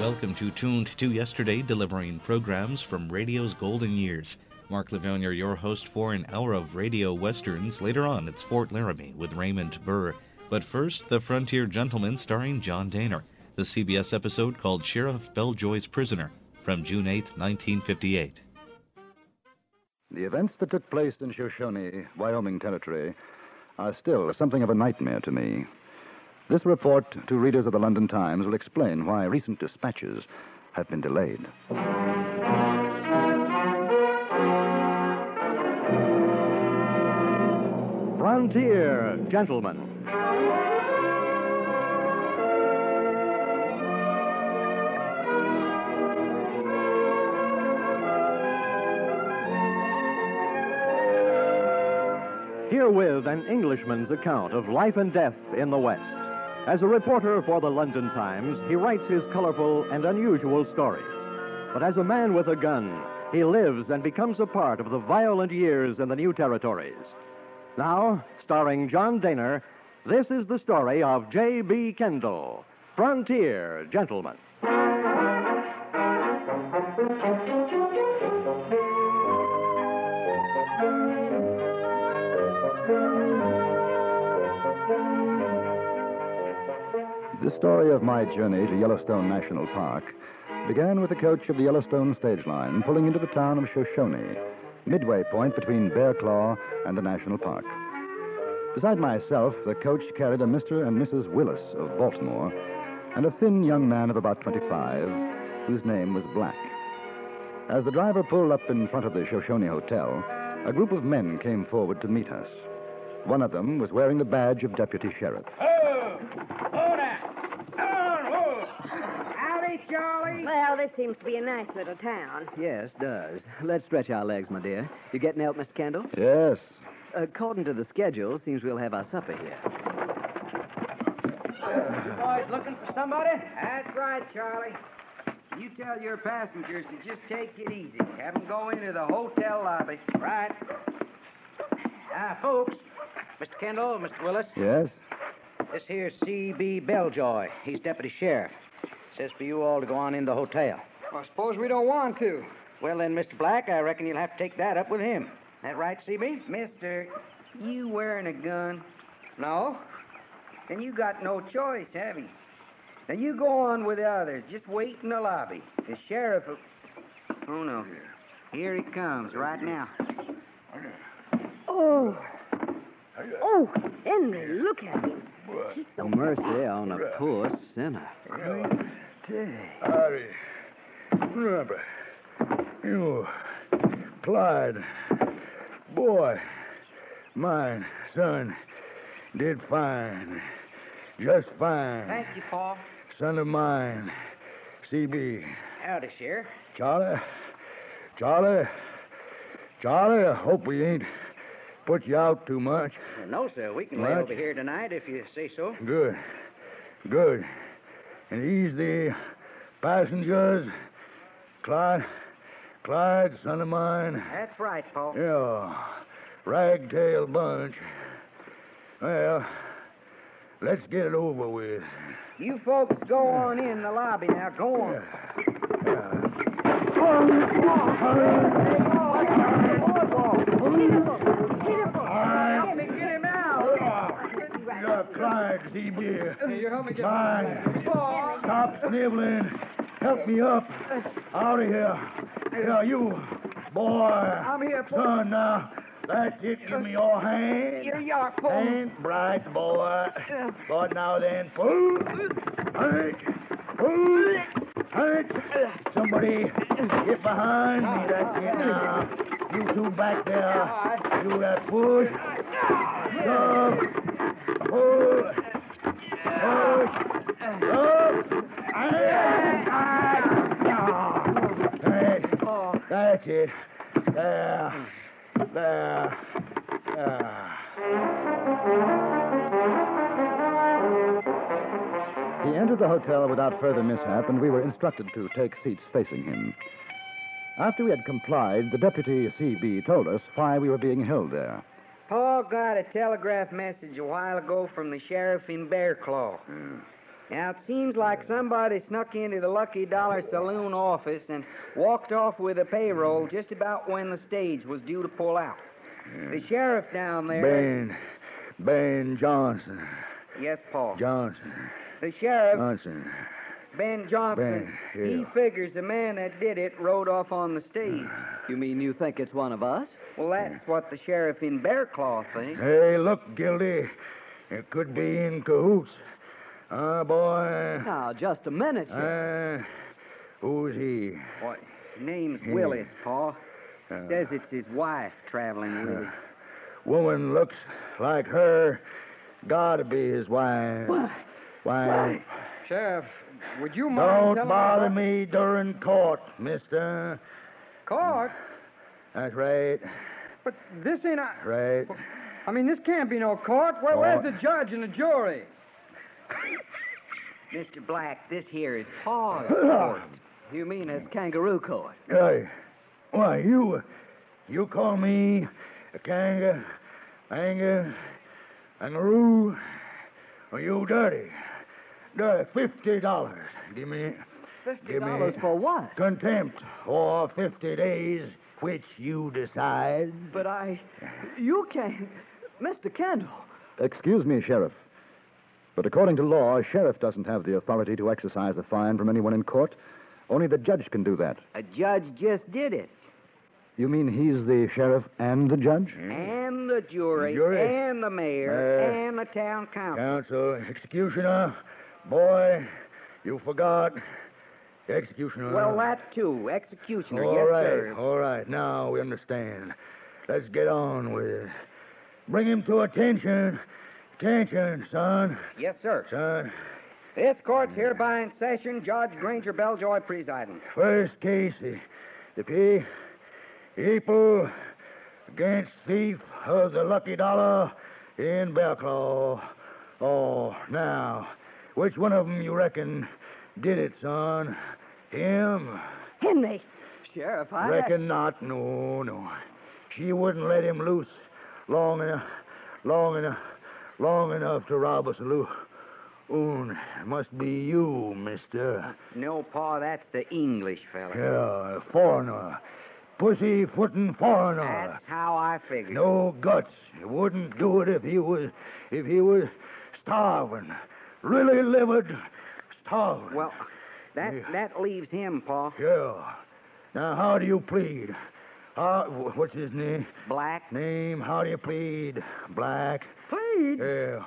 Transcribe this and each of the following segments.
welcome to Tuned to Yesterday, delivering programs from radio's golden years. Mark Livonia, your host for an hour of radio westerns. Later on, it's Fort Laramie with Raymond Burr. But first, The Frontier Gentleman, starring John Daner. The CBS episode called Sheriff Belljoy's Prisoner from June 8, 1958. The events that took place in Shoshone, Wyoming Territory, are still something of a nightmare to me. This report to readers of the London Times will explain why recent dispatches have been delayed. Frontier Gentlemen. Herewith an Englishman's account of life and death in the West. As a reporter for the London Times, he writes his colorful and unusual stories. But as a man with a gun, he lives and becomes a part of the violent years in the new territories. Now, starring John Daner, this is the story of J.B. Kendall, Frontier Gentleman. The story of my journey to Yellowstone National Park began with the coach of the Yellowstone stage line pulling into the town of Shoshone, midway point between Bear Claw and the national park. Beside myself, the coach carried a Mr. and Mrs. Willis of Baltimore and a thin young man of about 25 whose name was Black. As the driver pulled up in front of the Shoshone Hotel, a group of men came forward to meet us. One of them was wearing the badge of deputy sheriff. Howdy, Charlie. Well, this seems to be a nice little town. Yes, does. Let's stretch our legs, my dear. You getting out, Mr. Kendall? Yes. According to the schedule, seems we'll have our supper here. You boys looking for somebody? That's right, Charlie. You tell your passengers to just take it easy. Have them go into the hotel lobby. Right. Ah, folks. Mr. Kendall, Mr. Willis. Yes? This here's C.B. Belljoy. He's deputy sheriff. Says for you all to go on in the hotel. Well, suppose we don't want to. Well, then, Mr. Black, I reckon you'll have to take that up with him. That right, C.B.? Mister, you wearing a gun? No? Then you got no choice, have you? Now you go on with the others. Just wait in the lobby. The sheriff will... Oh, no. Here he comes right now. Oh. Oh, Henry, look at him. He's so Mercy on a poor sinner. Harry, remember, you, Clyde, boy, mine, son, did fine, just fine. Thank you, Paul. Son of mine, CB, Howdy, Sheriff. Charlie, Charlie, Charlie. I hope we ain't put you out too much. No, sir. We can lay Right. over here tonight if you say so. Good, good, and ease the passengers, Clyde, Clyde, son of mine. That's right, Paul. Yeah, ragtail bunch. Well, let's get it over with. You folks go on in the lobby now. Go on. Get him, get him out. Look, Uh, Clyde, CB. You help me get Clyde, Paul. stop sniveling. Help me up. Out of here. Yeah, you, boy. I'm here, boy. Son, now. That's it. Give me your hand. Here you are, Paul. Hand right, boy. Boy, now then, pull. Hurt. Pull. Hurt. Somebody get behind me. That's it now. You two back there. Do that push. Shove. Pull. Push. Shove. And- Ah. Hey, That's it. There. There. There. He entered the hotel without further mishap, and we were instructed to take seats facing him. After we had complied, the deputy C.B. told us why we were being held there. Hmm. Paul got a telegraph message a while ago from the sheriff in Bear Claw. Now, it seems like somebody snuck into the Lucky Dollar Saloon office and walked off with the Hmm. payroll just about when the stage was due to pull out. The sheriff down there. Hmm. Ben. Ben Johnson. Yes, Paul. Johnson. The sheriff, Johnson. Ben Johnson, Ben, yeah. he figures the man that did it rode off on the stage. You mean you think it's one of us? Well, that's what the sheriff in Bear Claw thinks. Hey, look, Gildy. It could be in cahoots. Ah, boy. Now, just a minute, Sheriff. Uh, who's he? Uh, What? Name's Willis, Paul. Says it's his wife traveling with him. Woman looks like her. Gotta be his wife. Wife. Sheriff, would you mind Don't telling bother about me during court, mister. court? That's right, But this ain't. A, right. I mean, this can't be no court. Where, where's Court. the judge and the jury? Mr. Black, this here is Paul's court. You mean it's kangaroo court? Hey, why, you, you call me a kanga, anger, kangaroo? Are you dirty? Dirty, fifty dollars. Give me, Fifty give me dollars for what? contempt or fifty days, which you decide. But I. You can't. Mr. Kendall. Excuse me, Sheriff. But according to law, a sheriff doesn't have the authority to exercise a fine from anyone in court. Only the judge can do that. A judge just did it. You mean he's the sheriff and the judge? Hmm. And the jury, Mm. Jury. and the mayor, Uh, and the town council. Counsel, executioner, boy, you forgot. Executioner. well, that too. Executioner, All yes, right, sir. all right. Now we understand. Let's get on with it. Bring him to attention. Attention, son. Yes, sir. Son. This court's hereby in session. Judge Granger Belljoy presiding. First case, the, the P. People against thief of the lucky dollar in Belclaw. Oh, now, which one of 'em you reckon did it, son? Him? Henry. Sheriff, I. Reckon not. No, no. She wouldn't let him loose long enough, long enough, long enough to rob us a loon. Must be you, mister. No, Pa, that's the English fella. Yeah, foreigner. Pussyfootin' foreigner. That's how I figured. No guts. He wouldn't do it if he was, if he was starving. Really livid, starving. Well, that that leaves him, Pa. Yeah. Now, how do you plead? How, wh- what's his name? Black. Name, how do you plead? Black. Plead? Yeah.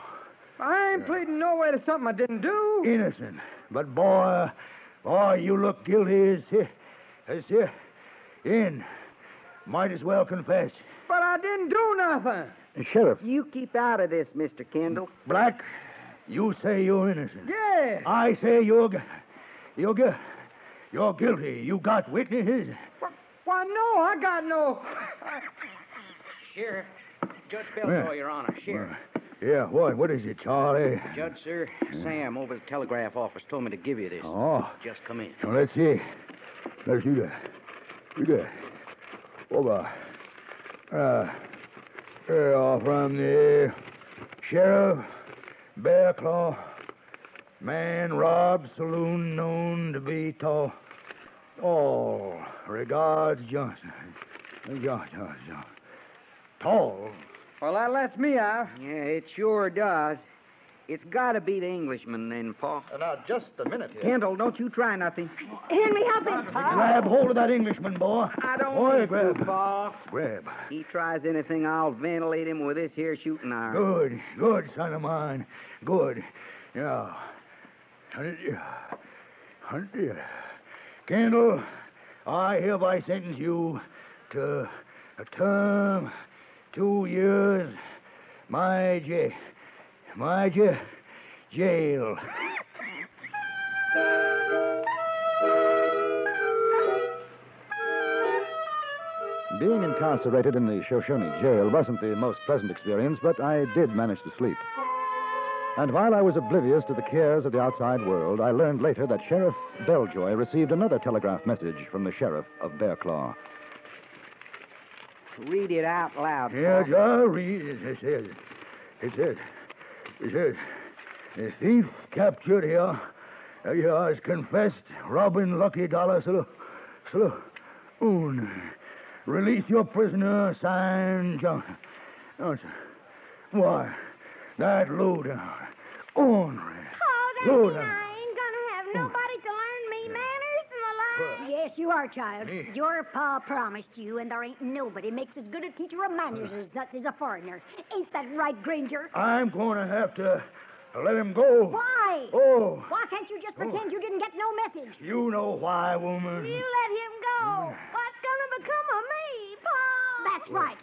I ain't pleading no way to something I didn't do. Innocent. But boy, boy, you look guilty as here. As here. In. Might as well confess. But I didn't do nothing. Sheriff, You keep out of this, Mr. Kendall. Black, you say you're innocent. Yeah. I say you're gu- you're gu- you're guilty. You got witnesses. Why, no, I got no. Sheriff. Judge Belljoy, Well, Your Honor. Sheriff. Yeah, what? What is it, Charlie? Judge, sir, Sam over at the telegraph office told me to give you this. Oh, Just come in. now let's see. Let's see that. See that. Over. Uh, here are from the sheriff, Bear Claw, man robbed saloon known to be tall. All regards Johnson. Johnson, Johnson. Tall. Well, that lets me out. Yeah, it sure does. It's got to be the Englishman, then, Paul. Uh, Now, just a minute here. Kendall, don't you try nothing. Henry, help him. Grab hold of that Englishman, boy. I don't boy, need grab. to, Paul. Grab. He tries anything, I'll ventilate him with this here shooting iron. Good, good, son of mine. Good. Yeah. Hunt you. Hunt you. Kendall, I hereby sentence you to a term, two years, my j, my j, jail. being incarcerated in the Shoshone jail wasn't the most pleasant experience, but I did manage to sleep. And while I was oblivious to the cares of the outside world, I learned later that Sheriff Belljoy received another telegraph message from the sheriff of Bearclaw. Read it out loud. Yeah, Paul. Joe, read it. It says, it says, it says, The thief captured here, uh, here has confessed, robbing Lucky Dollar Saloon. Salo- Saloon. Release your prisoner, signed John. Johnson. Why, that uh, lowdown. Ornery. Oh, that Lord, mean I'm- I ain't gonna have nobody to learn me manners and the like. Yes, you are, child. Your pa promised you, and there ain't nobody makes as good a teacher of manners Uh. as that is a foreigner. Ain't that right, Granger? I'm going to have to let him go. Why? Oh, Why can't you just pretend you didn't get no message? you know why, woman. You let him go. What's gonna become of me, Pa? That's right.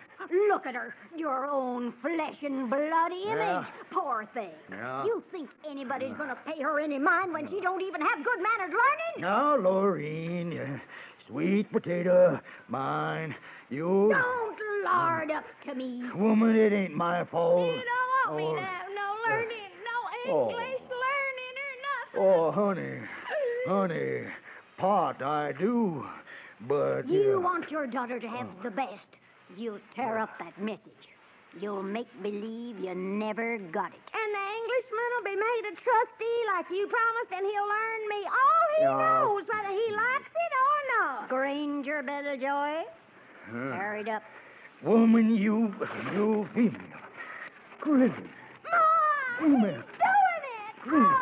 Look at her. Your own flesh and blood image. Yeah. Poor thing. Yeah. You think anybody's gonna pay her any mind when she don't even have good mannered learning? Now, Loreen, you sweet potato, mine, you. Don't lard up to me. Woman, it ain't my fault. You don't want me Oh. to have no learning, no Oh. English learning or nothing. Oh, honey, honey, part I do, but. Oh. You uh, want your daughter to have the best. You'll tear up that message. You'll make believe you never got it. And the Englishman will be made a trustee like you promised, and he'll learn me all he Yeah. knows, whether he likes it or not. Granger Bellajoy, carried up. Woman, you. You female. Good. Female. Doing it!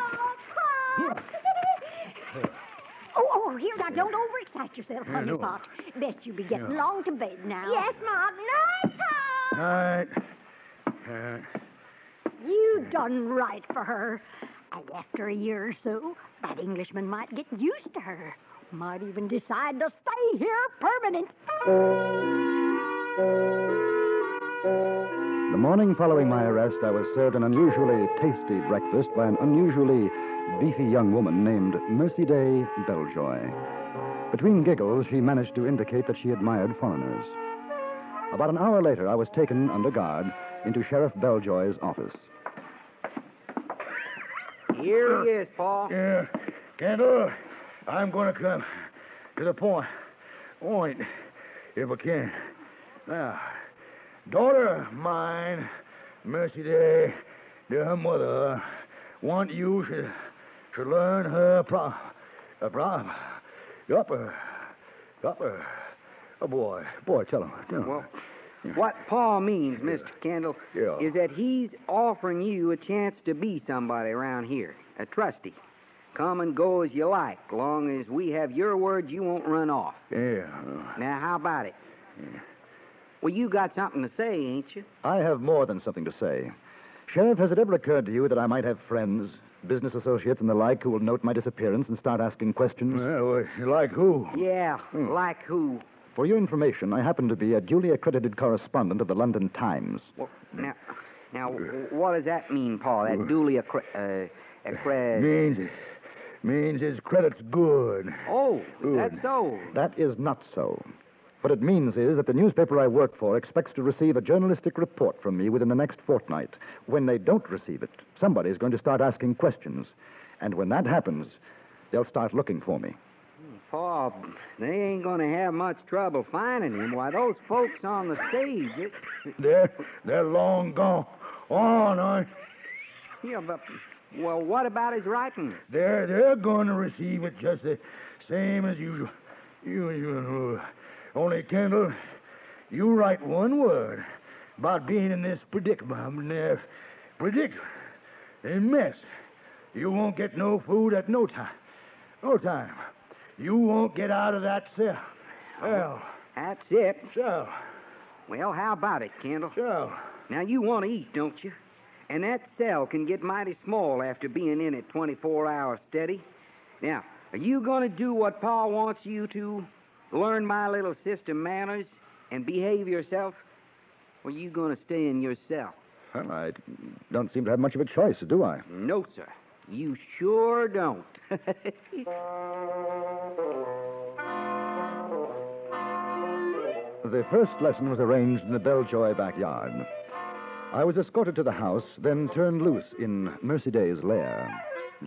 Oh, Pa! Oh, oh, here now, don't overexcite yourself, honey no. pot. Best you be getting long to bed now. yes, Ma. Good night, Night. Pa! Uh, You done right for her. And after a year or so, that Englishman might get used to her. Might even decide to stay here permanent. The morning following my arrest, I was served an unusually tasty breakfast by an unusually beefy young woman named Mercy Day Beljoy. Between giggles, she managed to indicate that she admired foreigners. About an hour later, I was taken under guard into Sheriff Beljoy's office. Here he is, Paul. yeah, Kendall, I'm going to come to the point. Point, if I can. Now, daughter of mine, Mercy Day, dear her mother, want you should, should learn her prom. A prom. Upper. Upper. Oh, boy. Boy, tell him. Tell him. Well, what Paul means, Mr. Kendall, Yeah. is that he's offering you a chance to be somebody around here, a trustee. Come and go as you like, long as we have your word you won't run off. yeah. Now, how about it? Well, you got something to say, ain't you? I have more than something to say. Sheriff, has it ever occurred to you that I might have friends, business associates, and the like who will note my disappearance and start asking questions? Well, you like who? Yeah, Hmm. like who? For your information, I happen to be a duly accredited correspondent of the London Times. Well, Hmm. now, now, w- what does that mean, Paul? That duly accre- uh, accre- Means means his credit's good. Oh, is that so? That is not so. What it means is that the newspaper I work for expects to receive a journalistic report from me within the next fortnight. When they don't receive it, somebody's going to start asking questions. And when that happens, they'll start looking for me. Paul, they ain't gonna have much trouble finding him. Why, those folks on the stage, it, They're they're long gone. On, on. yeah, but well, what about his writings? They're they're going to receive it just the same as usual. You, you only Kendall, you write one word about being in this predicament, uh, predicament, a mess. You won't get no food at no time, no time. You won't get out of that cell. Well, That's it. so, Well, how about it, Kendall? so. Now you want to eat, don't you? And that cell can get mighty small after being in it 24 hours steady. Now, are you gonna do what Paul wants you to? Learn my little sister manners and behave yourself? Or you gonna stay in your cell? Well, I don't seem to have much of a choice, do I? No, sir. You sure don't. The first lesson was arranged in the Belljoy backyard. I was escorted to the house, then turned loose in Mercy Day's lair.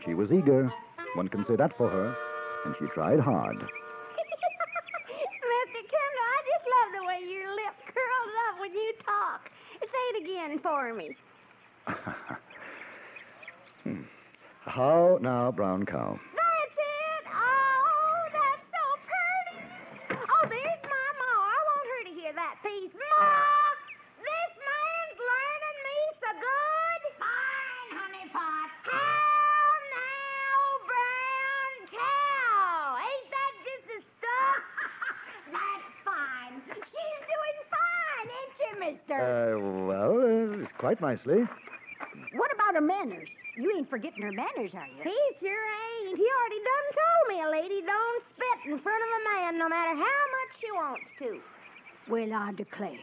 She was eager. One can say that for her. And she tried hard. Mr. Kendall, I just love the way your lip curls up when you talk. Say it again for me. Hmm. How now, brown cow? That's it. Oh, that's so pretty. Oh, there's my ma. I want her to hear that piece. Ma, this man's learning me so good. Fine, honey pot. How now, brown cow? Ain't that just the stuff? that's fine. She's doing fine, ain't she, mister? Uh, well, uh, it's quite nicely. What about her manners? You ain't forgetting her manners, are you? He sure ain't. He already done told me a lady don't spit in front of a man no matter how much she wants to. Well, I declare.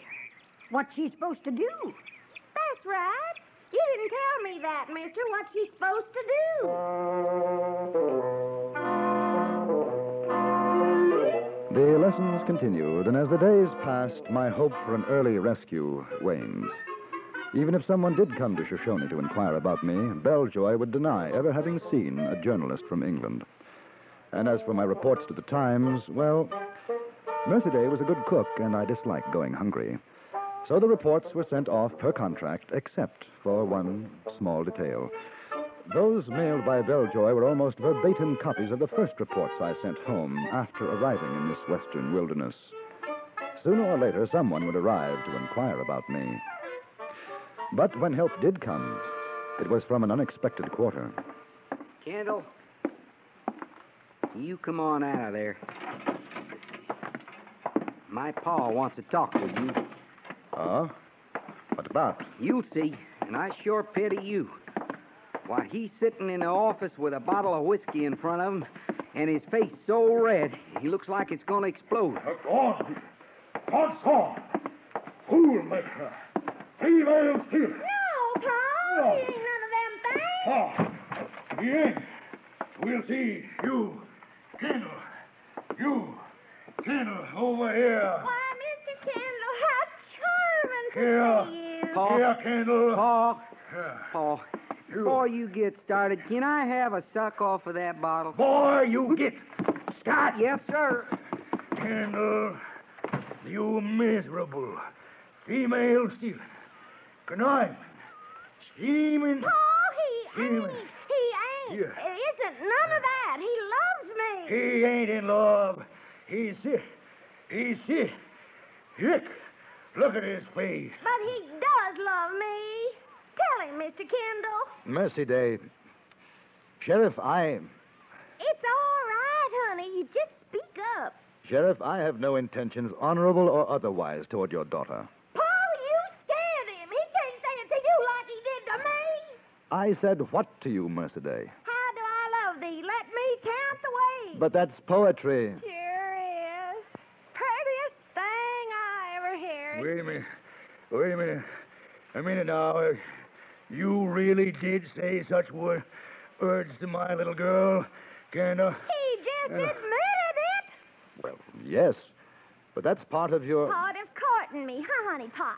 What's she supposed to do? That's right. You didn't tell me that, mister, what she's supposed to do. The lessons continued, and as the days passed, my hope for an early rescue waned. Even if someone did come to Shoshone to inquire about me, Belljoy would deny ever having seen a journalist from England. And as for my reports to the Times, well, Mercy Day was a good cook, and I disliked going hungry. So the reports were sent off per contract, except for one small detail. Those mailed by Belljoy were almost verbatim copies of the first reports I sent home after arriving in this western wilderness. Sooner or later, someone would arrive to inquire about me. But when help did come, it was from an unexpected quarter. Kendall, you come on out of there. My pa wants to talk with you. Ah? what about? You'll see, and I sure pity you. Why, he's sitting in the office with a bottle of whiskey in front of him, and his face so red, he looks like it's going to explode. Go on. What's on? Fool maker. Female stealer. No, Pa, No. he ain't none of them things. Ah, he ain't. We'll see you, Kendall. You, Kendall, over here. Why, Mr. Kendall, how charming to Yeah. see you. Pa. Here, Kendall. Pa, Yeah. Pa, Oh, before you get started, can I have a suck off of that bottle? Boy, you get Scott, Yes, sir. Kendall. You miserable female stealer. Conniving. Scheming. Pa, he Anyway. ain't. He ain't. Yeah. It isn't none of that. He loves me. He ain't in love. He's sick. He's sick. Hick. Look at his face. But he does love me. Tell him, Mr. Kendall. Mercy Day. Sheriff, I. It's all right, honey. You just speak up. Sheriff, I have no intentions, honorable or otherwise, toward your daughter. Paul, you stand him. He can't say it to you like he did to me. I said what to you, Mercy Day? How do I love thee? Let me count the ways. But that's poetry. Sure is. Prettiest thing I ever heard. Wait a minute. Wait a minute. A minute now. You really did say such wor- words to my little girl, Kendall? He just admitted it. Well, yes. But that's part of your. Pot of courting me, huh, honey pot?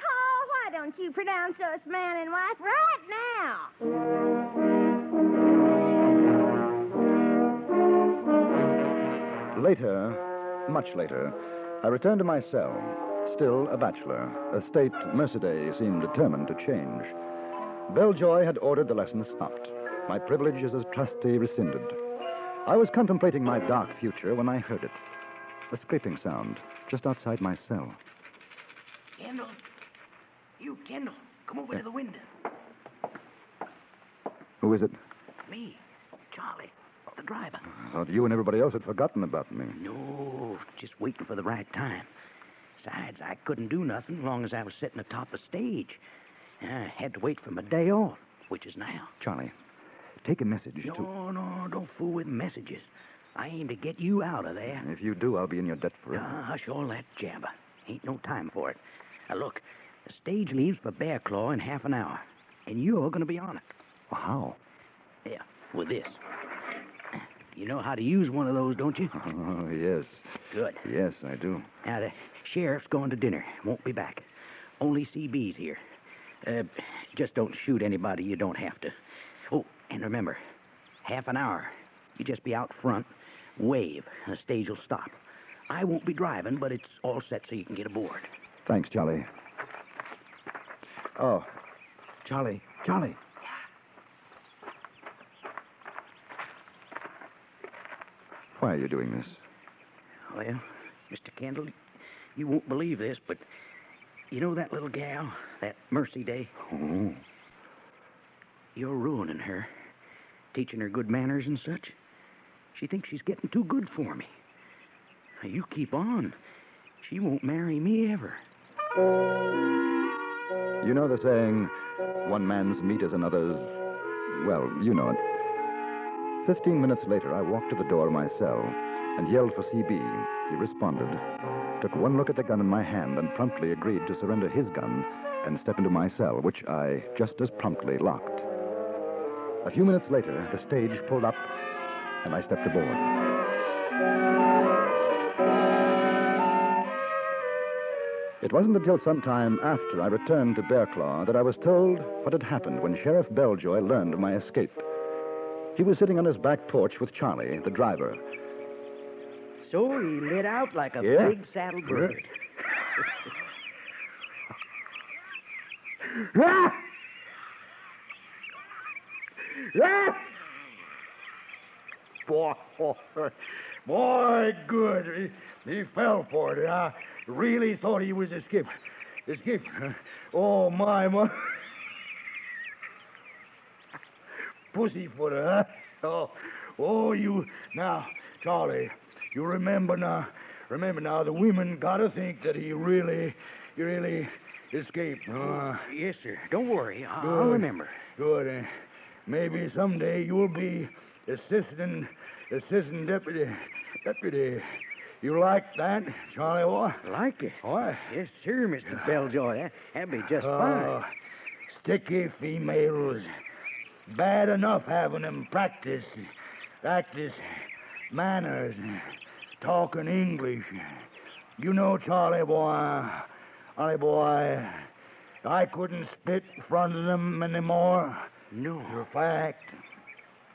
Paul, why don't you pronounce us man and wife right now? Later, much later, I returned to my cell, still a bachelor, a state Mercedes seemed determined to change. Belljoy had ordered the lesson stopped. My privilege as a trustee rescinded. I was contemplating my dark future when I heard it. A scraping sound, just outside my cell. Kendall. You, Kendall. Come over to the window. Who is it? Me, Charlie, the driver. I thought you and everybody else had forgotten about me. No, Oh, just waiting for the right time. Besides, I couldn't do nothing as long as I was sitting atop a stage. I had to wait for my day off, which is now. Charlie, take a message to. No, no, don't fool with messages. I aim to get you out of there. If you do, I'll be in your debt forever. Ah, hush all that jabber. Ain't no time for it. Now, look, the stage leaves for Bear Claw in half an hour, and you're going to be on it. How? Yeah, with this. You know how to use one of those, don't you? Oh, yes. Good. Yes, I do. Now, the sheriff's going to dinner. Won't be back. Only CB's here. Uh, just don't shoot anybody you don't have to. Oh, and remember, half an hour. You just be out front, wave. The stage will stop. I won't be driving, but it's all set so you can get aboard. Thanks, Charlie. Oh, Charlie, Charlie. Why are you doing this? Well, Mr. Kendall, you won't believe this, but you know that little gal, that Mercy Day? Hmm. Oh. You're ruining her, teaching her good manners and such. She thinks she's getting too good for me. Now, You keep on. She won't marry me ever. You know the saying, one man's meat is another's. Well, you know it. Fifteen minutes later, I walked to the door of my cell and yelled for CB. He responded, took one look at the gun in my hand, and promptly agreed to surrender his gun and step into my cell, which I just as promptly locked. A few minutes later, the stage pulled up, and I stepped aboard. It wasn't until some time after I returned to Bearclaw that I was told what had happened when Sheriff Belljoy learned of my escape. He was sitting on his back porch with Charlie, the driver. So he lit out like a Yeah. big saddle bird. Boy, boy, good. He, he fell for it. I really thought he was a skip. A skip. Oh, my, my. Pussyfooter, huh? Oh, oh, you. Now, Charlie, you remember now. Remember now, the women gotta think that he really, he really escaped. Uh, yes, sir. Don't worry. I- I'll remember. Good. eh. maybe someday you'll be assistant, assistant deputy, deputy. You like that, Charlie? What? Like it? What? Yes, sir, Mr. Belljoy. That, that'd be just Oh, sticky females. Bad enough having them practice, practice manners, talking English. You know, Charlie boy, Charlie boy, I couldn't spit in front of them anymore. No. For fact.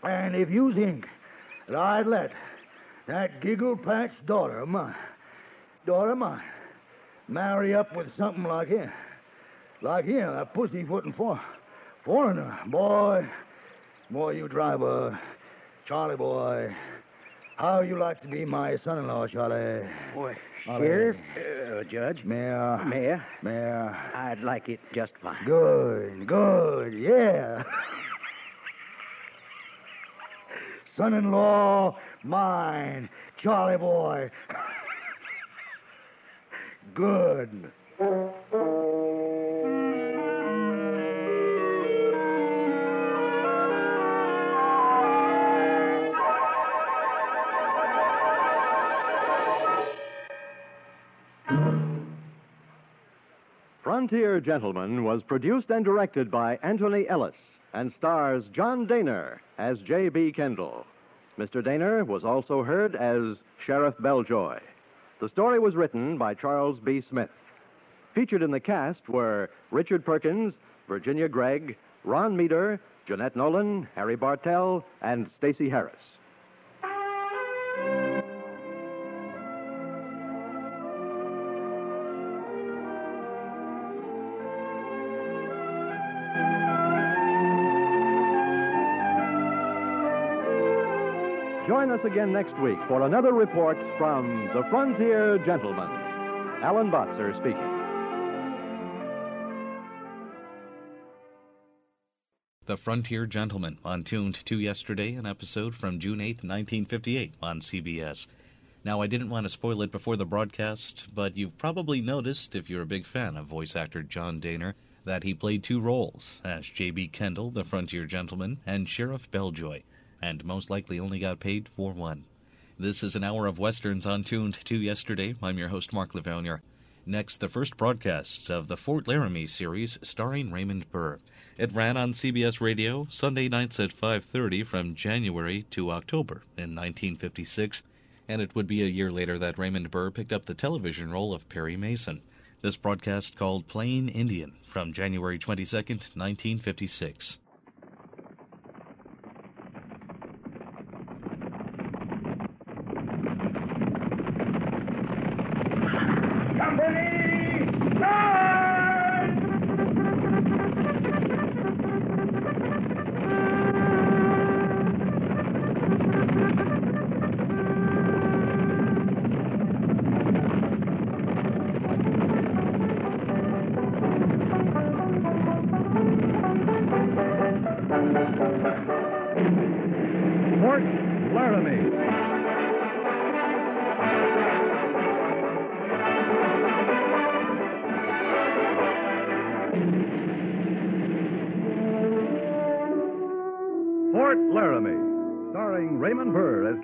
And if you think that I'd let that giggle patch daughter of mine, daughter of mine, marry up with something like him, like him, that pussyfooting for, foreigner, boy, boy, you driver, Charlie boy, how you like to be my son-in-law, Charlie? Boy, Charlie. Sheriff, uh, Judge. Mayor. Mayor. Mayor. I'd like it just fine. Good, good, yeah. Son in law, mine, Charlie boy. good. Frontier Gentleman was produced and directed by Anthony Ellis and stars John Daner as J.B. Kendall. Mr. Daner was also heard as Sheriff Belljoy. The story was written by Charles B. Smith. Featured in the cast were Richard Perkins, Virginia Gregg, Ron Meader, Jeanette Nolan, Harry Bartell, and Stacy Harris. Join us again next week for another report from The Frontier Gentleman. Alan Botzer speaking. The Frontier Gentleman on Tuned to Yesterday, an episode from June eighth, 1958 on CBS. Now, I didn't want to spoil it before the broadcast, but you've probably noticed, if you're a big fan of voice actor John Daner, that he played two roles as J.B. Kendall, the Frontier Gentleman, and Sheriff Belljoy, and most likely only got paid for one. This is an hour of Westerns on Tuned to Yesterday. I'm your host, Mark Levonier. Next, the first broadcast of the Fort Laramie series starring Raymond Burr. It ran on CBS Radio Sunday nights at 5:30 from January to October in 1956, and it would be a year later that Raymond Burr picked up the television role of Perry Mason. This broadcast called Plain Indian from January 22nd, 1956. Fort Laramie. Fort Laramie, starring Raymond Burr as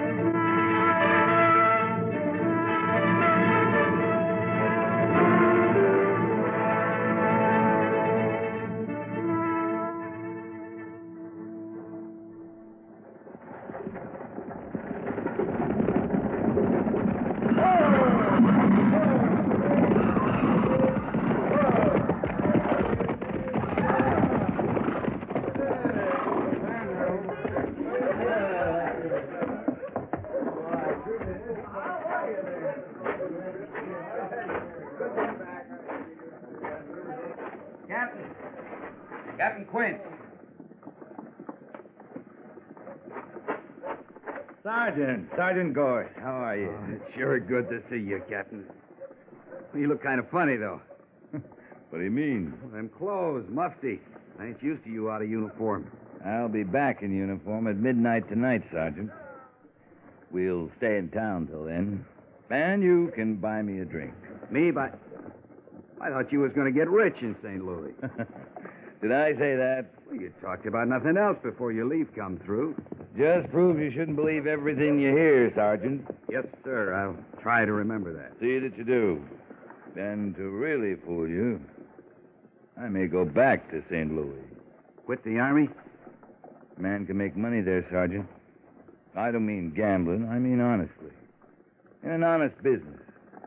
Captain. Captain Quinn. Sergeant, Sergeant Gorse, how are you? Oh, sure good to see you, Captain. You look kind of funny, though. What do you mean? Them clothes, mufti. I ain't used to you out of uniform. I'll be back in uniform at midnight tonight, Sergeant. We'll stay in town till then. And you can buy me a drink. Me, but I thought you was going to get rich in St. Louis. Did I say that? Well, you talked about nothing else before your leave come through. Just proves you shouldn't believe everything you hear, Sergeant. Yes, sir. I'll try to remember that. See that you do. And to really fool you, I may go back to St. Louis. Quit the Army? Man can make money there, Sergeant. I don't mean gambling, I mean honestly. In an honest business,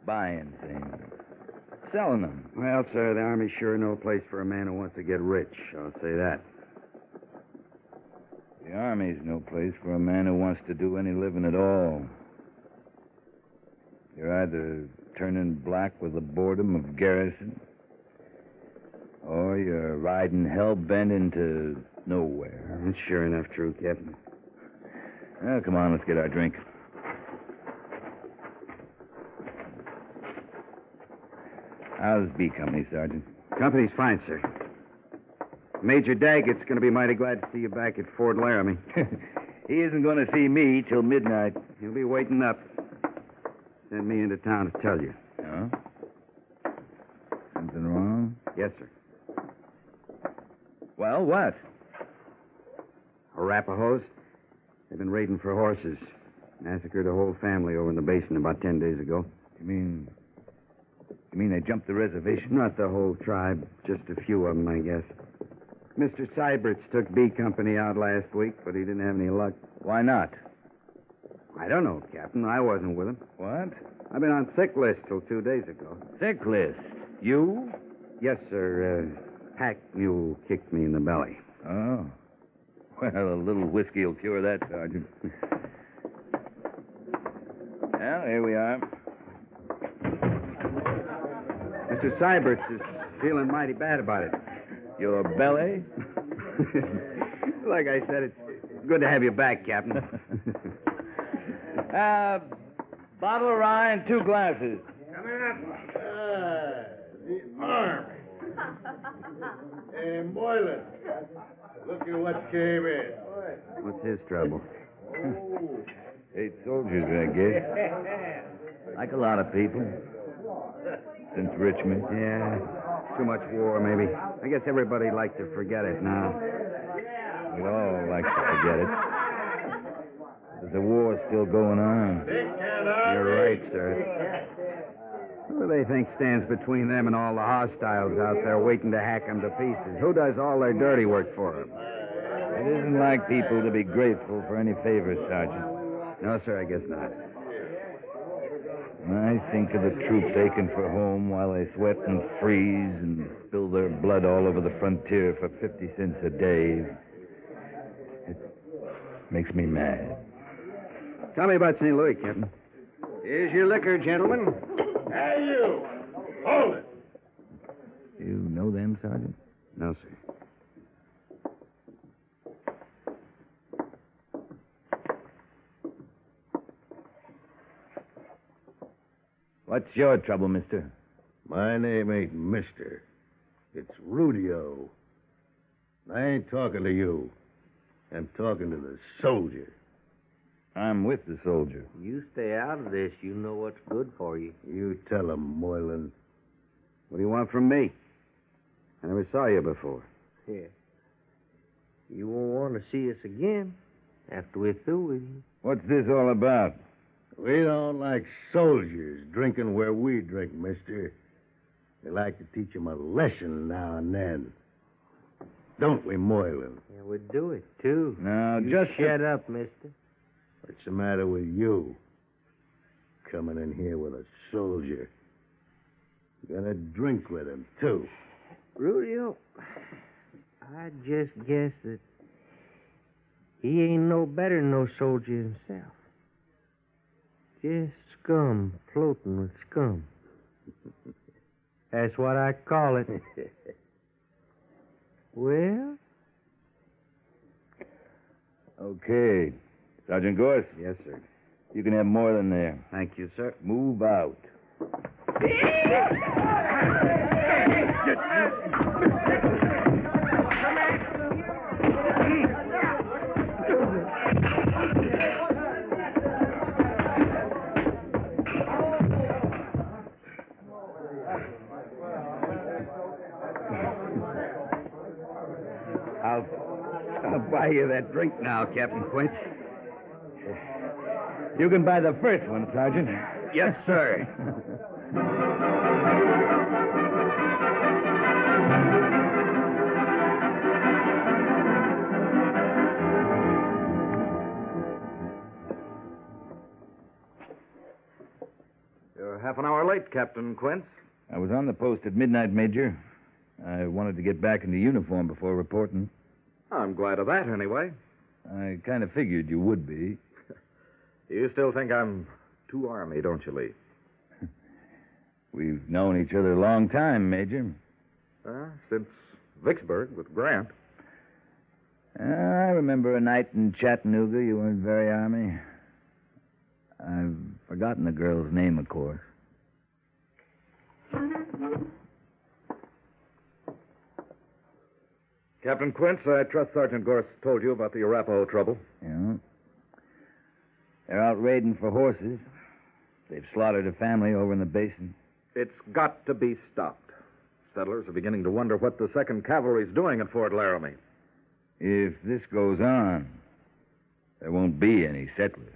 buying things, selling them. Well, sir, the Army's sure no place for a man who wants to get rich. I'll say that. The Army's no place for a man who wants to do any living at all. You're either turning black with the boredom of garrison, or you're riding hell bent into nowhere. That's sure enough true, Captain. Well, come on, let's get our drink. How's B Company, Sergeant? Company's fine, sir. Major Daggett's going to be mighty glad to see you back at Fort Laramie. he isn't going to see me till midnight. He'll be waiting up. Sent me into town to tell you. Huh? Something wrong? Yes, sir. Well, what? Arapahoes. They've been raiding for horses. Massacred a whole family over in the basin about ten days ago. You mean. You mean they jumped the reservation? Not the whole tribe, just a few of them, I guess. Mr. Syberts took B Company out last week, but he didn't have any luck. Why not? I don't know, Captain. I wasn't with him. What? I've been on sick list till two days ago. Sick list. You? Yes, sir. Uh, pack mule kicked me in the belly. Oh. Well, a little whiskey will cure that, Sergeant. well, here we are. Mr. Syberts is feeling mighty bad about it. Your belly? like I said, it's good to have you back, Captain. Uh, bottle of rye and two glasses. Coming up. Uh, the Army. and Moylan. Look at what came in. What's his trouble? Eight soldiers, I guess. Like a lot of people. Since Richmond. Yeah. Too much war, maybe. I guess everybody likes to forget it now. We all like to forget it. But the war's still going on. Hmm. You're right, sir. Who do they think stands between them and all the hostiles out there waiting to hack them to pieces? Who does all their dirty work for them? It isn't like people to be grateful for any favors, Sergeant. No, sir, I guess not. When I think of the troops aching for home while they sweat and freeze and spill their blood all over the frontier for 50 cents a day, it makes me mad. Tell me about St. Louis, Captain. Here's your liquor, gentlemen. Hey, you! Hold it! You know them, Sergeant? No, sir. What's your trouble, mister? My name ain't Mister. It's Rudio. I ain't talking to you. I'm talking to the soldier. I'm with the soldier. You stay out of this. You know what's good for you. You tell him, Moylan. What do you want from me? I never saw you before. Here. You won't want to see us again after we're through with you. What's this all about? We don't like soldiers drinking where we drink, mister. We like to teach 'em a lesson now and then. Don't we, Moylan? Yeah, we'd do it, too. Now, You just shut up, mister. What's the matter with you? Coming in here with a soldier. Gonna drink with him, too. Rudio, oh, I just guess that he ain't no better than no soldier himself. Just scum floating with scum. That's what I call it. well, Okay. Sergeant Gorse? Yes, sir. You can have more than there. Thank you, sir. Move out. I'll, I'll buy you that drink now, Captain Quint. You can buy the first one, Sergeant. Yes, sir. You're half an hour late, Captain Quince. I was on the post at midnight, Major. I wanted to get back into uniform before reporting. I'm glad of that, anyway. I kind of figured you would be. You still think I'm too army, don't you, Lee? We've known each other a long time, Major. Uh, since Vicksburg with Grant. Uh, I remember a night in Chattanooga. You weren't very army. I've forgotten the girl's name, of course. Captain Quince, I trust Sergeant Gorse told you about the Arapaho trouble. Yeah. They're out raiding for horses. They've slaughtered a family over in the basin. It's got to be stopped. Settlers are beginning to wonder what the Second Cavalry's doing at Fort Laramie. If this goes on, there won't be any settlers.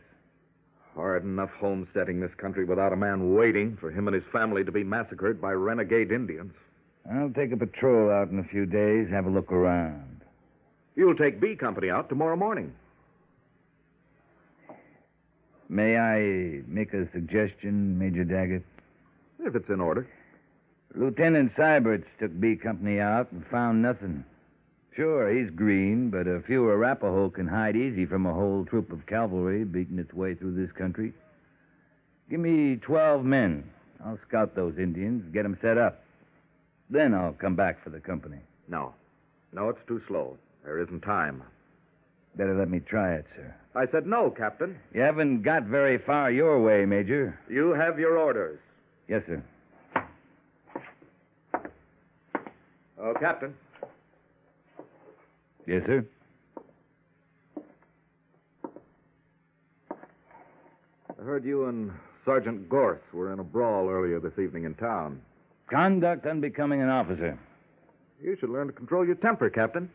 Hard enough homesteading this country without a man waiting for him and his family to be massacred by renegade Indians. I'll take a patrol out in a few days, have a look around. You'll take B Company out tomorrow morning. May I make a suggestion, Major Daggett? If it's in order. Lieutenant Syberts took B Company out and found nothing. Sure, he's green, but a few Arapaho can hide easy from a whole troop of cavalry beating its way through this country. Give me 12 men. I'll scout those Indians, get 'em set up. Then I'll come back for the company. No. No, it's too slow. There isn't time. Better let me try it, sir. I said no, Captain. You haven't got very far your way, Major. You have your orders. Yes, sir. Oh, Captain. Yes, sir. I heard you and Sergeant Gorse were in a brawl earlier this evening in town. Conduct unbecoming an officer. You should learn to control your temper, Captain.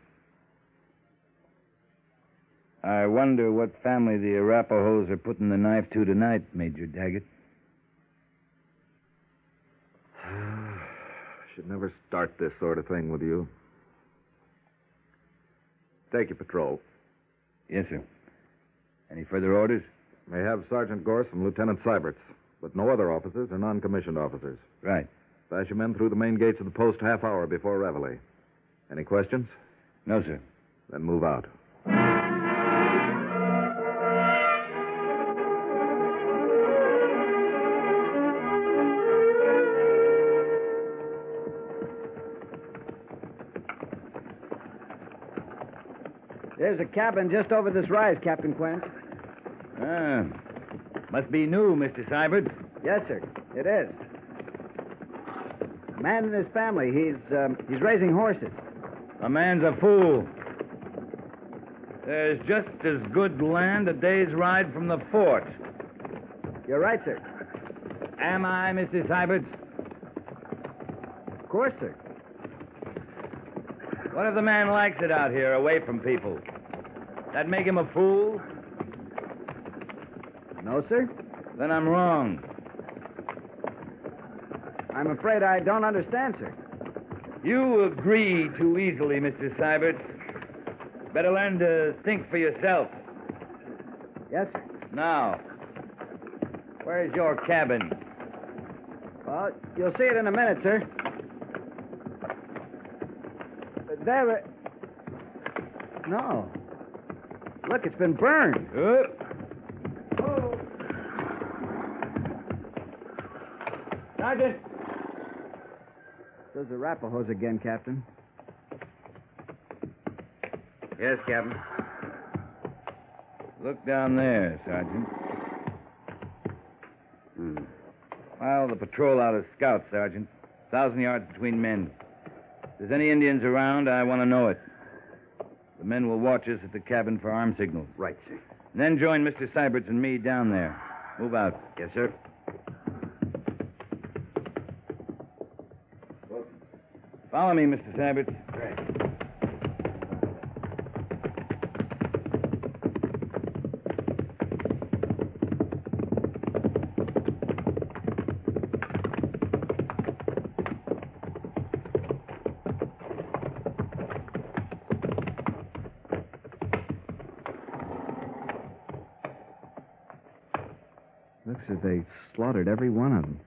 I wonder what family the Arapahoes are putting the knife to tonight, Major Daggett. Should never start this sort of thing with you. Take your patrol. Yes, sir. Any further orders? May have Sergeant Gorse and Lieutenant Syberts, but no other officers or non commissioned officers. Right. Pass your men through the main gates of the post half hour before reveille. Any questions? No, sir. Then move out. There's a cabin just over this rise, Captain Quint. Ah. Must be new, Mr. Syberts. Yes, sir. It is. A man and his family. He's um, he's raising horses. The man's a fool. There's just as good land a day's ride from the fort. You're right, sir. Am I, Mrs. Hyberts? Of course, sir. What if the man likes it out here, away from people? That make him a fool? No, sir. Then I'm wrong. I'm afraid I don't understand, sir. You agree too easily, Mr. Syberts. Better learn to think for yourself. Yes, sir. Now, where's your cabin? Well, you'll see it in a minute, sir. Uh, There. It... No. Look, it's been burned. Uh. Sergeant! Those Arapahoes again, Captain. Yes, Captain. Look down there, Sergeant. Hmm. File the patrol out as scouts, Sergeant. Thousand yards between men. If there's any Indians around, I want to know it. The men will watch us at the cabin for arm signals. Right, sir. And then join Mr. Syberts and me down there. Move out. Yes, sir. Follow me, Mr. Syberts. Looks as they slaughtered every one of them.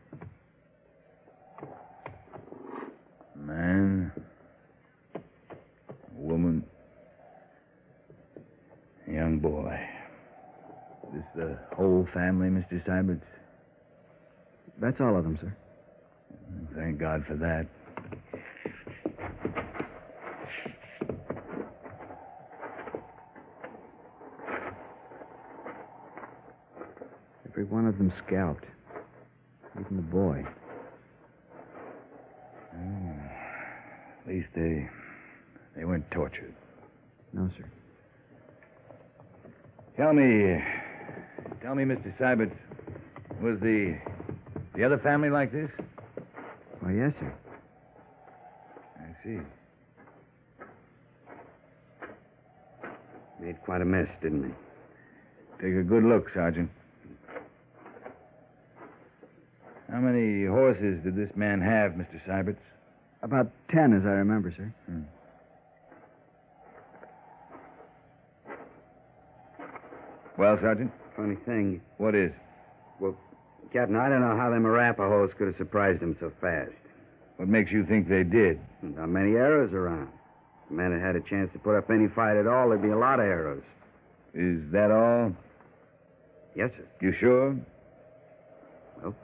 Man. Woman. Young boy. This the whole family, Mr. Syberts? That's all of them, sir. Thank God for that. Every one of them scalped. Even the boy. Oh, at least they they weren't tortured. No, sir. Tell me, tell me, Mr. Syberts, was the the other family like this? Oh, yes, sir. I see. Made quite a mess, didn't they? Take a good look, Sergeant. How many horses did this man have, Mr. Syberts? About ten, as I remember, sir. Hmm. Well, Sergeant? Funny thing. What is? Well, Captain, I don't know how them Arapahoes could have surprised them so fast. What makes you think they did? Not many arrows around. If men had had a chance to put up any fight at all, there'd be a lot of arrows. Is that all? Yes, sir. You sure? Well,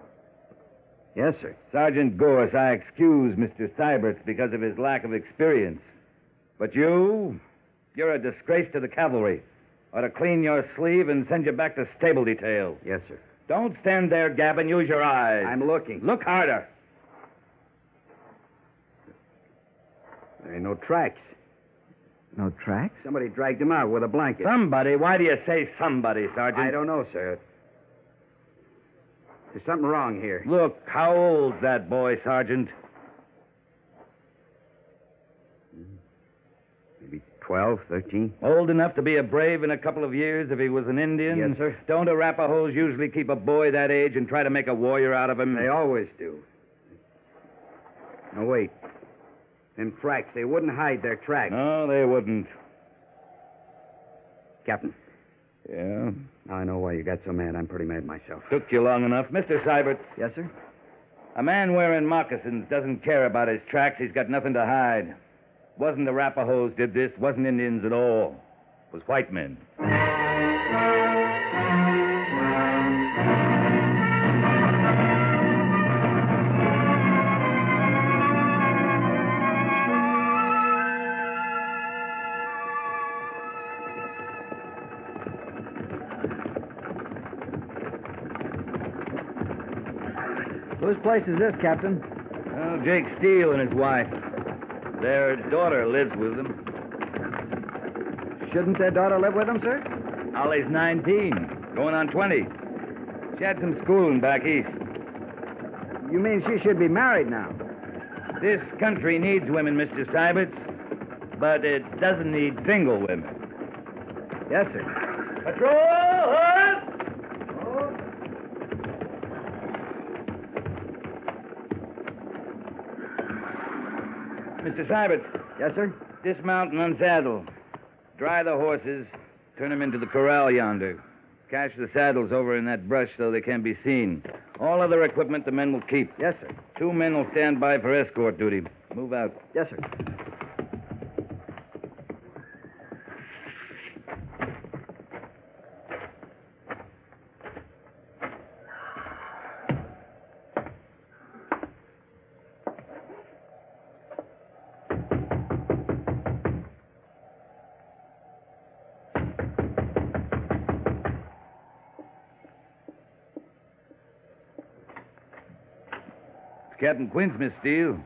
yes, sir. Sergeant Gorse, I excuse Mr. Syberts because of his lack of experience. But you, you're a disgrace to the cavalry. Ought to clean your sleeve and send you back to stable detail. Yes, sir. Don't stand there, Gavin. Use your eyes. I'm looking. Look harder. There ain't no tracks. No tracks? Somebody dragged him out with a blanket. Somebody? Why do you say somebody, Sergeant? I don't know, sir. There's something wrong here. Look, how old's that boy, Sergeant? Maybe 12, 13. Old enough to be a brave in a couple of years if he was an Indian? Yes, sir. Don't Arapahoes usually keep a boy that age and try to make a warrior out of him? They always do. Now, wait. Them tracks, they wouldn't hide their tracks. No, they wouldn't. Captain. Yeah? Now I know why you got so mad. I'm pretty mad myself. Took you long enough. Mr. Seibert. Yes, sir? A man wearing moccasins doesn't care about his tracks. He's got nothing to hide. Wasn't Arapahoes did this, wasn't Indians at all. It was white men. Whose place is this, Captain? Well, Jake Steele and his wife. Their daughter lives with them. Shouldn't their daughter live with them, sir? Ollie's 19, going on 20. She had some schooling back east. You mean she should be married now? This country needs women, Mr. Syberts, but it doesn't need single women. Yes, sir. Patrol, up! Mr. Syberts. Yes, sir? Dismount and unsaddle. Dry the horses, turn them into the corral yonder. Cache the saddles over in that brush so they can be seen. All other equipment the men will keep. Yes, sir. Two men will stand by for escort duty. Move out. Yes, sir. Captain Quince, Miss Steele.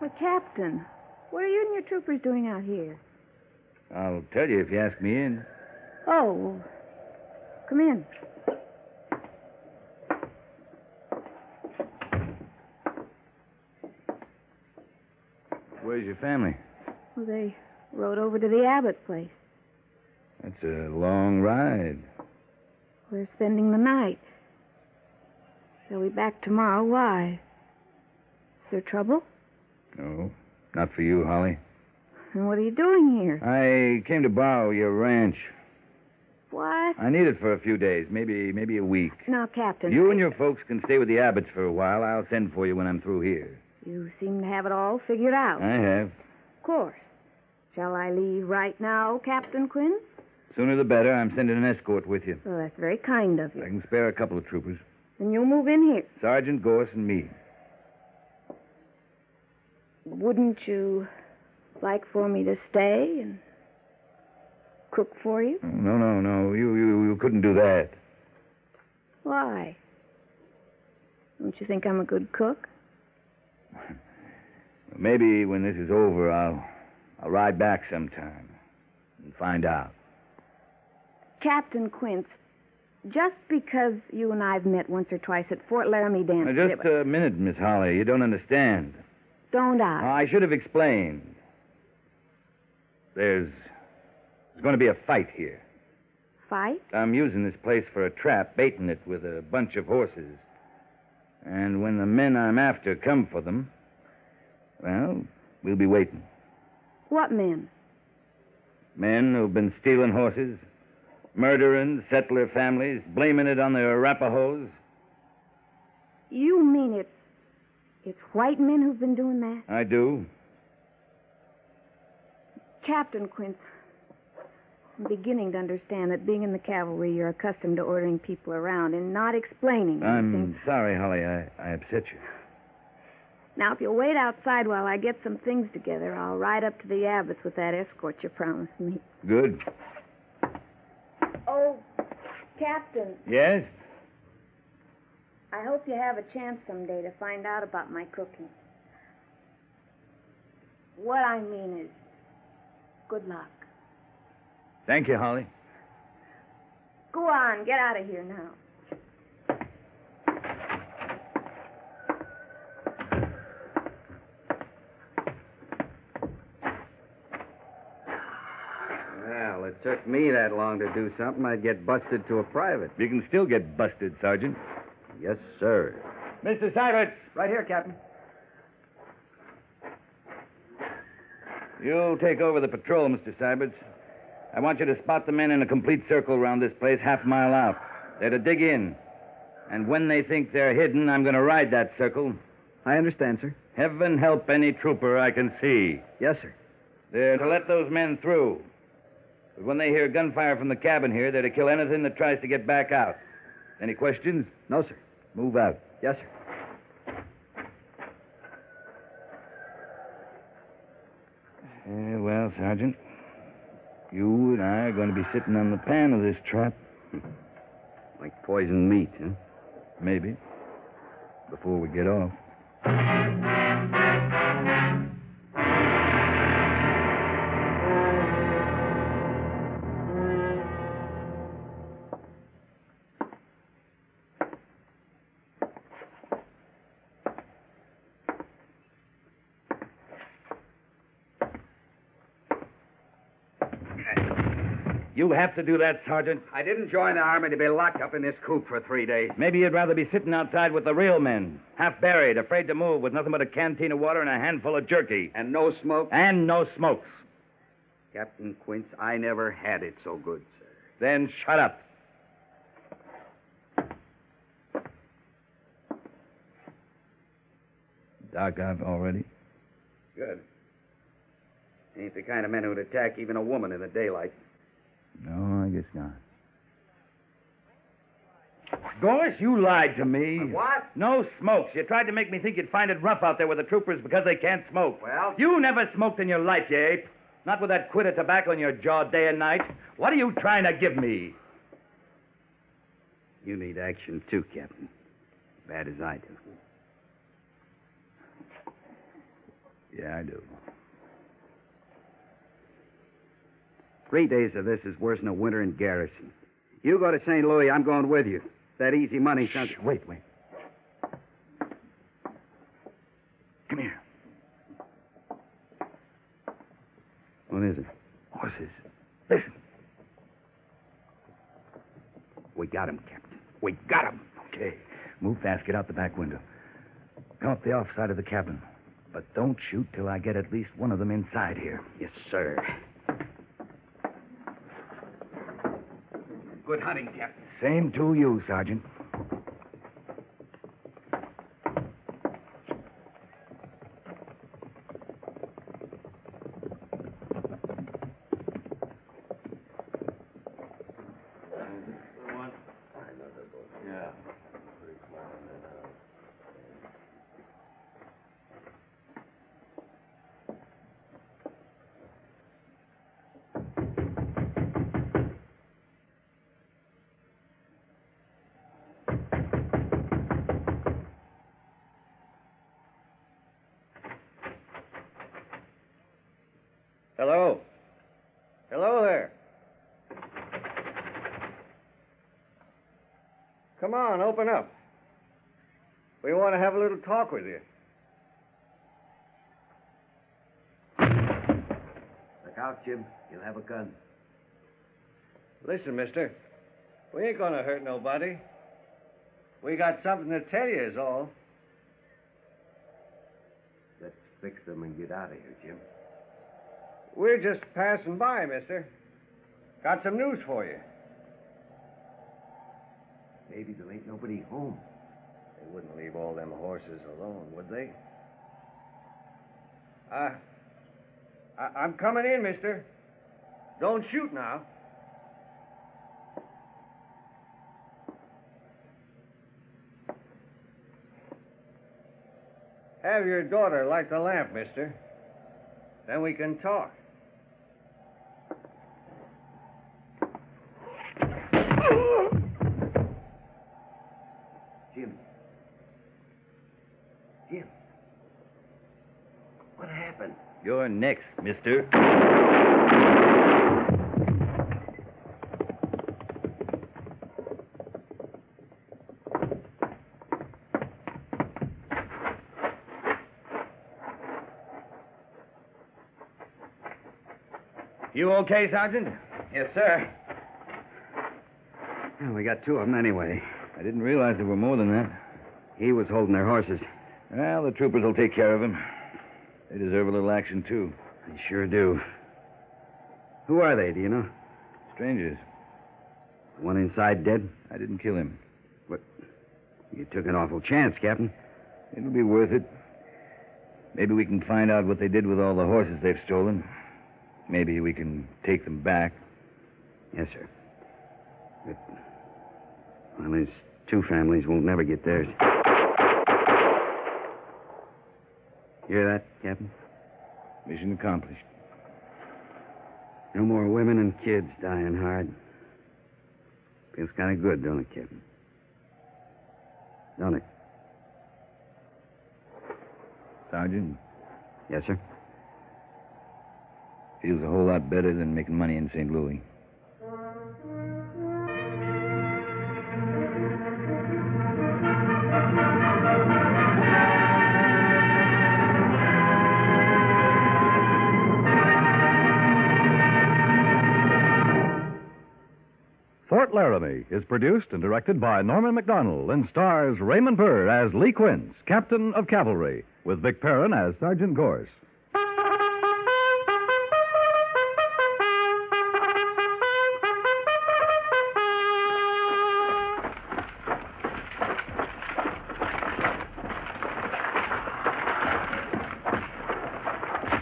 Well, Captain, what are you and your troopers doing out here? I'll tell you if you ask me in. Oh, come in. Where's your family? Well, they rode over to the Abbott place. That's a long ride. We're spending the night. They'll be back tomorrow. Why? Is there trouble? No, not for you, Holly. And what are you doing here? I came to borrow your ranch. What? I need it for a few days, maybe maybe a week. Now, Captain. You I- and your folks can stay with the Abbotts for a while. I'll send for you when I'm through here. You seem to have it all figured out. I have. Of course. Shall I leave right now, Captain Quinn? Sooner the better. I'm sending an escort with you. Well, that's very kind of I you. can spare a couple of troopers. And you'll move in here. Sergeant Gorse and me. Wouldn't you like for me to stay and cook for you? Oh, No, no, no. You, you, you couldn't do that. Why? Don't you think I'm a good cook? Maybe when this is over, I'll, I'll ride back sometime and find out. Captain Quince, just because you and I've met once or twice at Fort Laramie Dance, Now, just uh, a minute, Miss Holly. You don't understand. don't I? I should have explained. There's, there's going to be a fight here. Fight? I'm using this place for a trap, baiting it with a bunch of horses. And when the men I'm after come for them, well, we'll be waiting. What men? Men who've been stealing horses, murdering settler families, blaming it on the Arapahoes. You mean it's it's white men who've been doing that? I do. Captain Quince, I'm beginning to understand that being in the cavalry, you're accustomed to ordering people around and not explaining. Mm-hmm. I'm sorry, Holly. I, I upset you. Now, if you'll wait outside while I get some things together, I'll ride up to the Abbots with that escort you promised me. Good. Oh, Captain, Yes? I hope you have a chance someday to find out about my cooking. What I mean is, good luck. Thank you, Holly. Go on, get out of here now. Well, it took me that long to do something. I'd get busted to a private. You can still get busted, Sergeant. Yes, sir. Mr. Syberts! Right here, Captain. You'll take over the patrol, Mr. Syberts. I want you to spot the men in a complete circle around this place, half a mile out. They're to dig in. And when they think they're hidden, I'm going to ride that circle. I understand, sir. Heaven help any trooper I can see. Yes, sir. They're to let those men through. But when they hear gunfire from the cabin here, they're to kill anything that tries to get back out. Any questions? No, sir. Move out. Yes, sir. Eh, well, Sergeant, you and I are going to be sitting on the pan of this trap. Like poisoned meat, huh? Maybe. before we get off. You'll have to do that, Sergeant. I didn't join the army to be locked up in this coop for three days. Maybe you'd rather be sitting outside with the real men, half buried, afraid to move, with nothing but a canteen of water and a handful of jerky. And no smoke? And no smokes. Captain Quince, I never had it so good, sir. Then shut up. Doc out already? Good. Ain't the kind of men who'd attack even a woman in the daylight. No, I guess not. Gorse, you lied to me. What? No smokes. You tried to make me think you'd find it rough out there with the troopers because they can't smoke. Well? You never smoked in your life, you ape. Not with that quid of tobacco in your jaw day and night. What are you trying to give me? You need action, too, Captain. Bad as I do. Yeah, I do. Three days of this is worse than a winter in garrison. You go to St. Louis, I'm going with you. That easy money sounds. Shh, wait, wait. Come here. What is it? Horses. Listen. We got him, Captain. We got him. Okay. Move fast. Get out the back window. Come up the off side of the cabin. But don't shoot till I get at least one of them inside here. Yes, sir. Good hunting, Captain. Same to you, Sergeant. Hello. Hello there. Come on, open up. We want to have a little talk with you. Look out, Jim. You'll have a gun. Listen, mister. We ain't going to hurt nobody. We got something to tell you, is all. Let's fix them and get out of here, Jim. We're just passing by, mister. Got some news for you. Maybe there ain't nobody home. They wouldn't leave all them horses alone, would they? Uh, I- I'm coming in, mister. Don't shoot now. Have your daughter light the lamp, mister. Then we can talk. Jim. Jim. What happened? You're next, mister. You okay, Sergeant? Yes, sir. Well, we got two of them anyway. I didn't realize there were more than that. He was holding their horses. Well, the troopers will take care of him. They deserve a little action, too. They sure do. Who are they, do you know? Strangers. The one inside dead? I didn't kill him. But you took an awful chance, Captain. It'll be worth it. Maybe we can find out what they did with all the horses they've stolen. Maybe we can take them back. Yes, sir. But, well, there's two families won't never get theirs. You hear that, Captain? Mission accomplished. No more women and kids dying hard. Feels kind of good, don't it, Captain? Don't it? Sergeant, Yes, sir? feels a whole lot better than making money in St. Louis. Fort Laramie is produced and directed by Norman McDonald and stars Raymond Burr as Lee Quince, Captain of Cavalry, with Vic Perrin as Sergeant Gorse.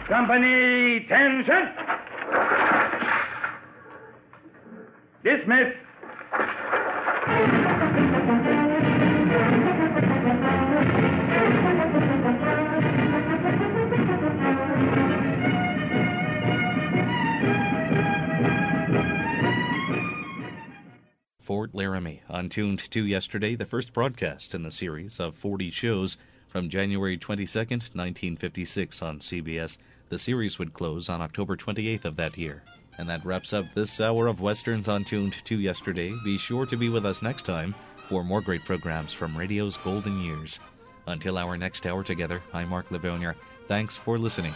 Company, tension. Dismiss. Fort Laramie, untuned to yesterday, the first broadcast in the series of 40 shows from January 22nd, 1956 on CBS. The series would close on October 28th of that year. And that wraps up this hour of Westerns untuned to yesterday. Be sure to be with us next time for more great programs from radio's golden years. Until our next hour together, I'm Mark Livonier. Thanks for listening.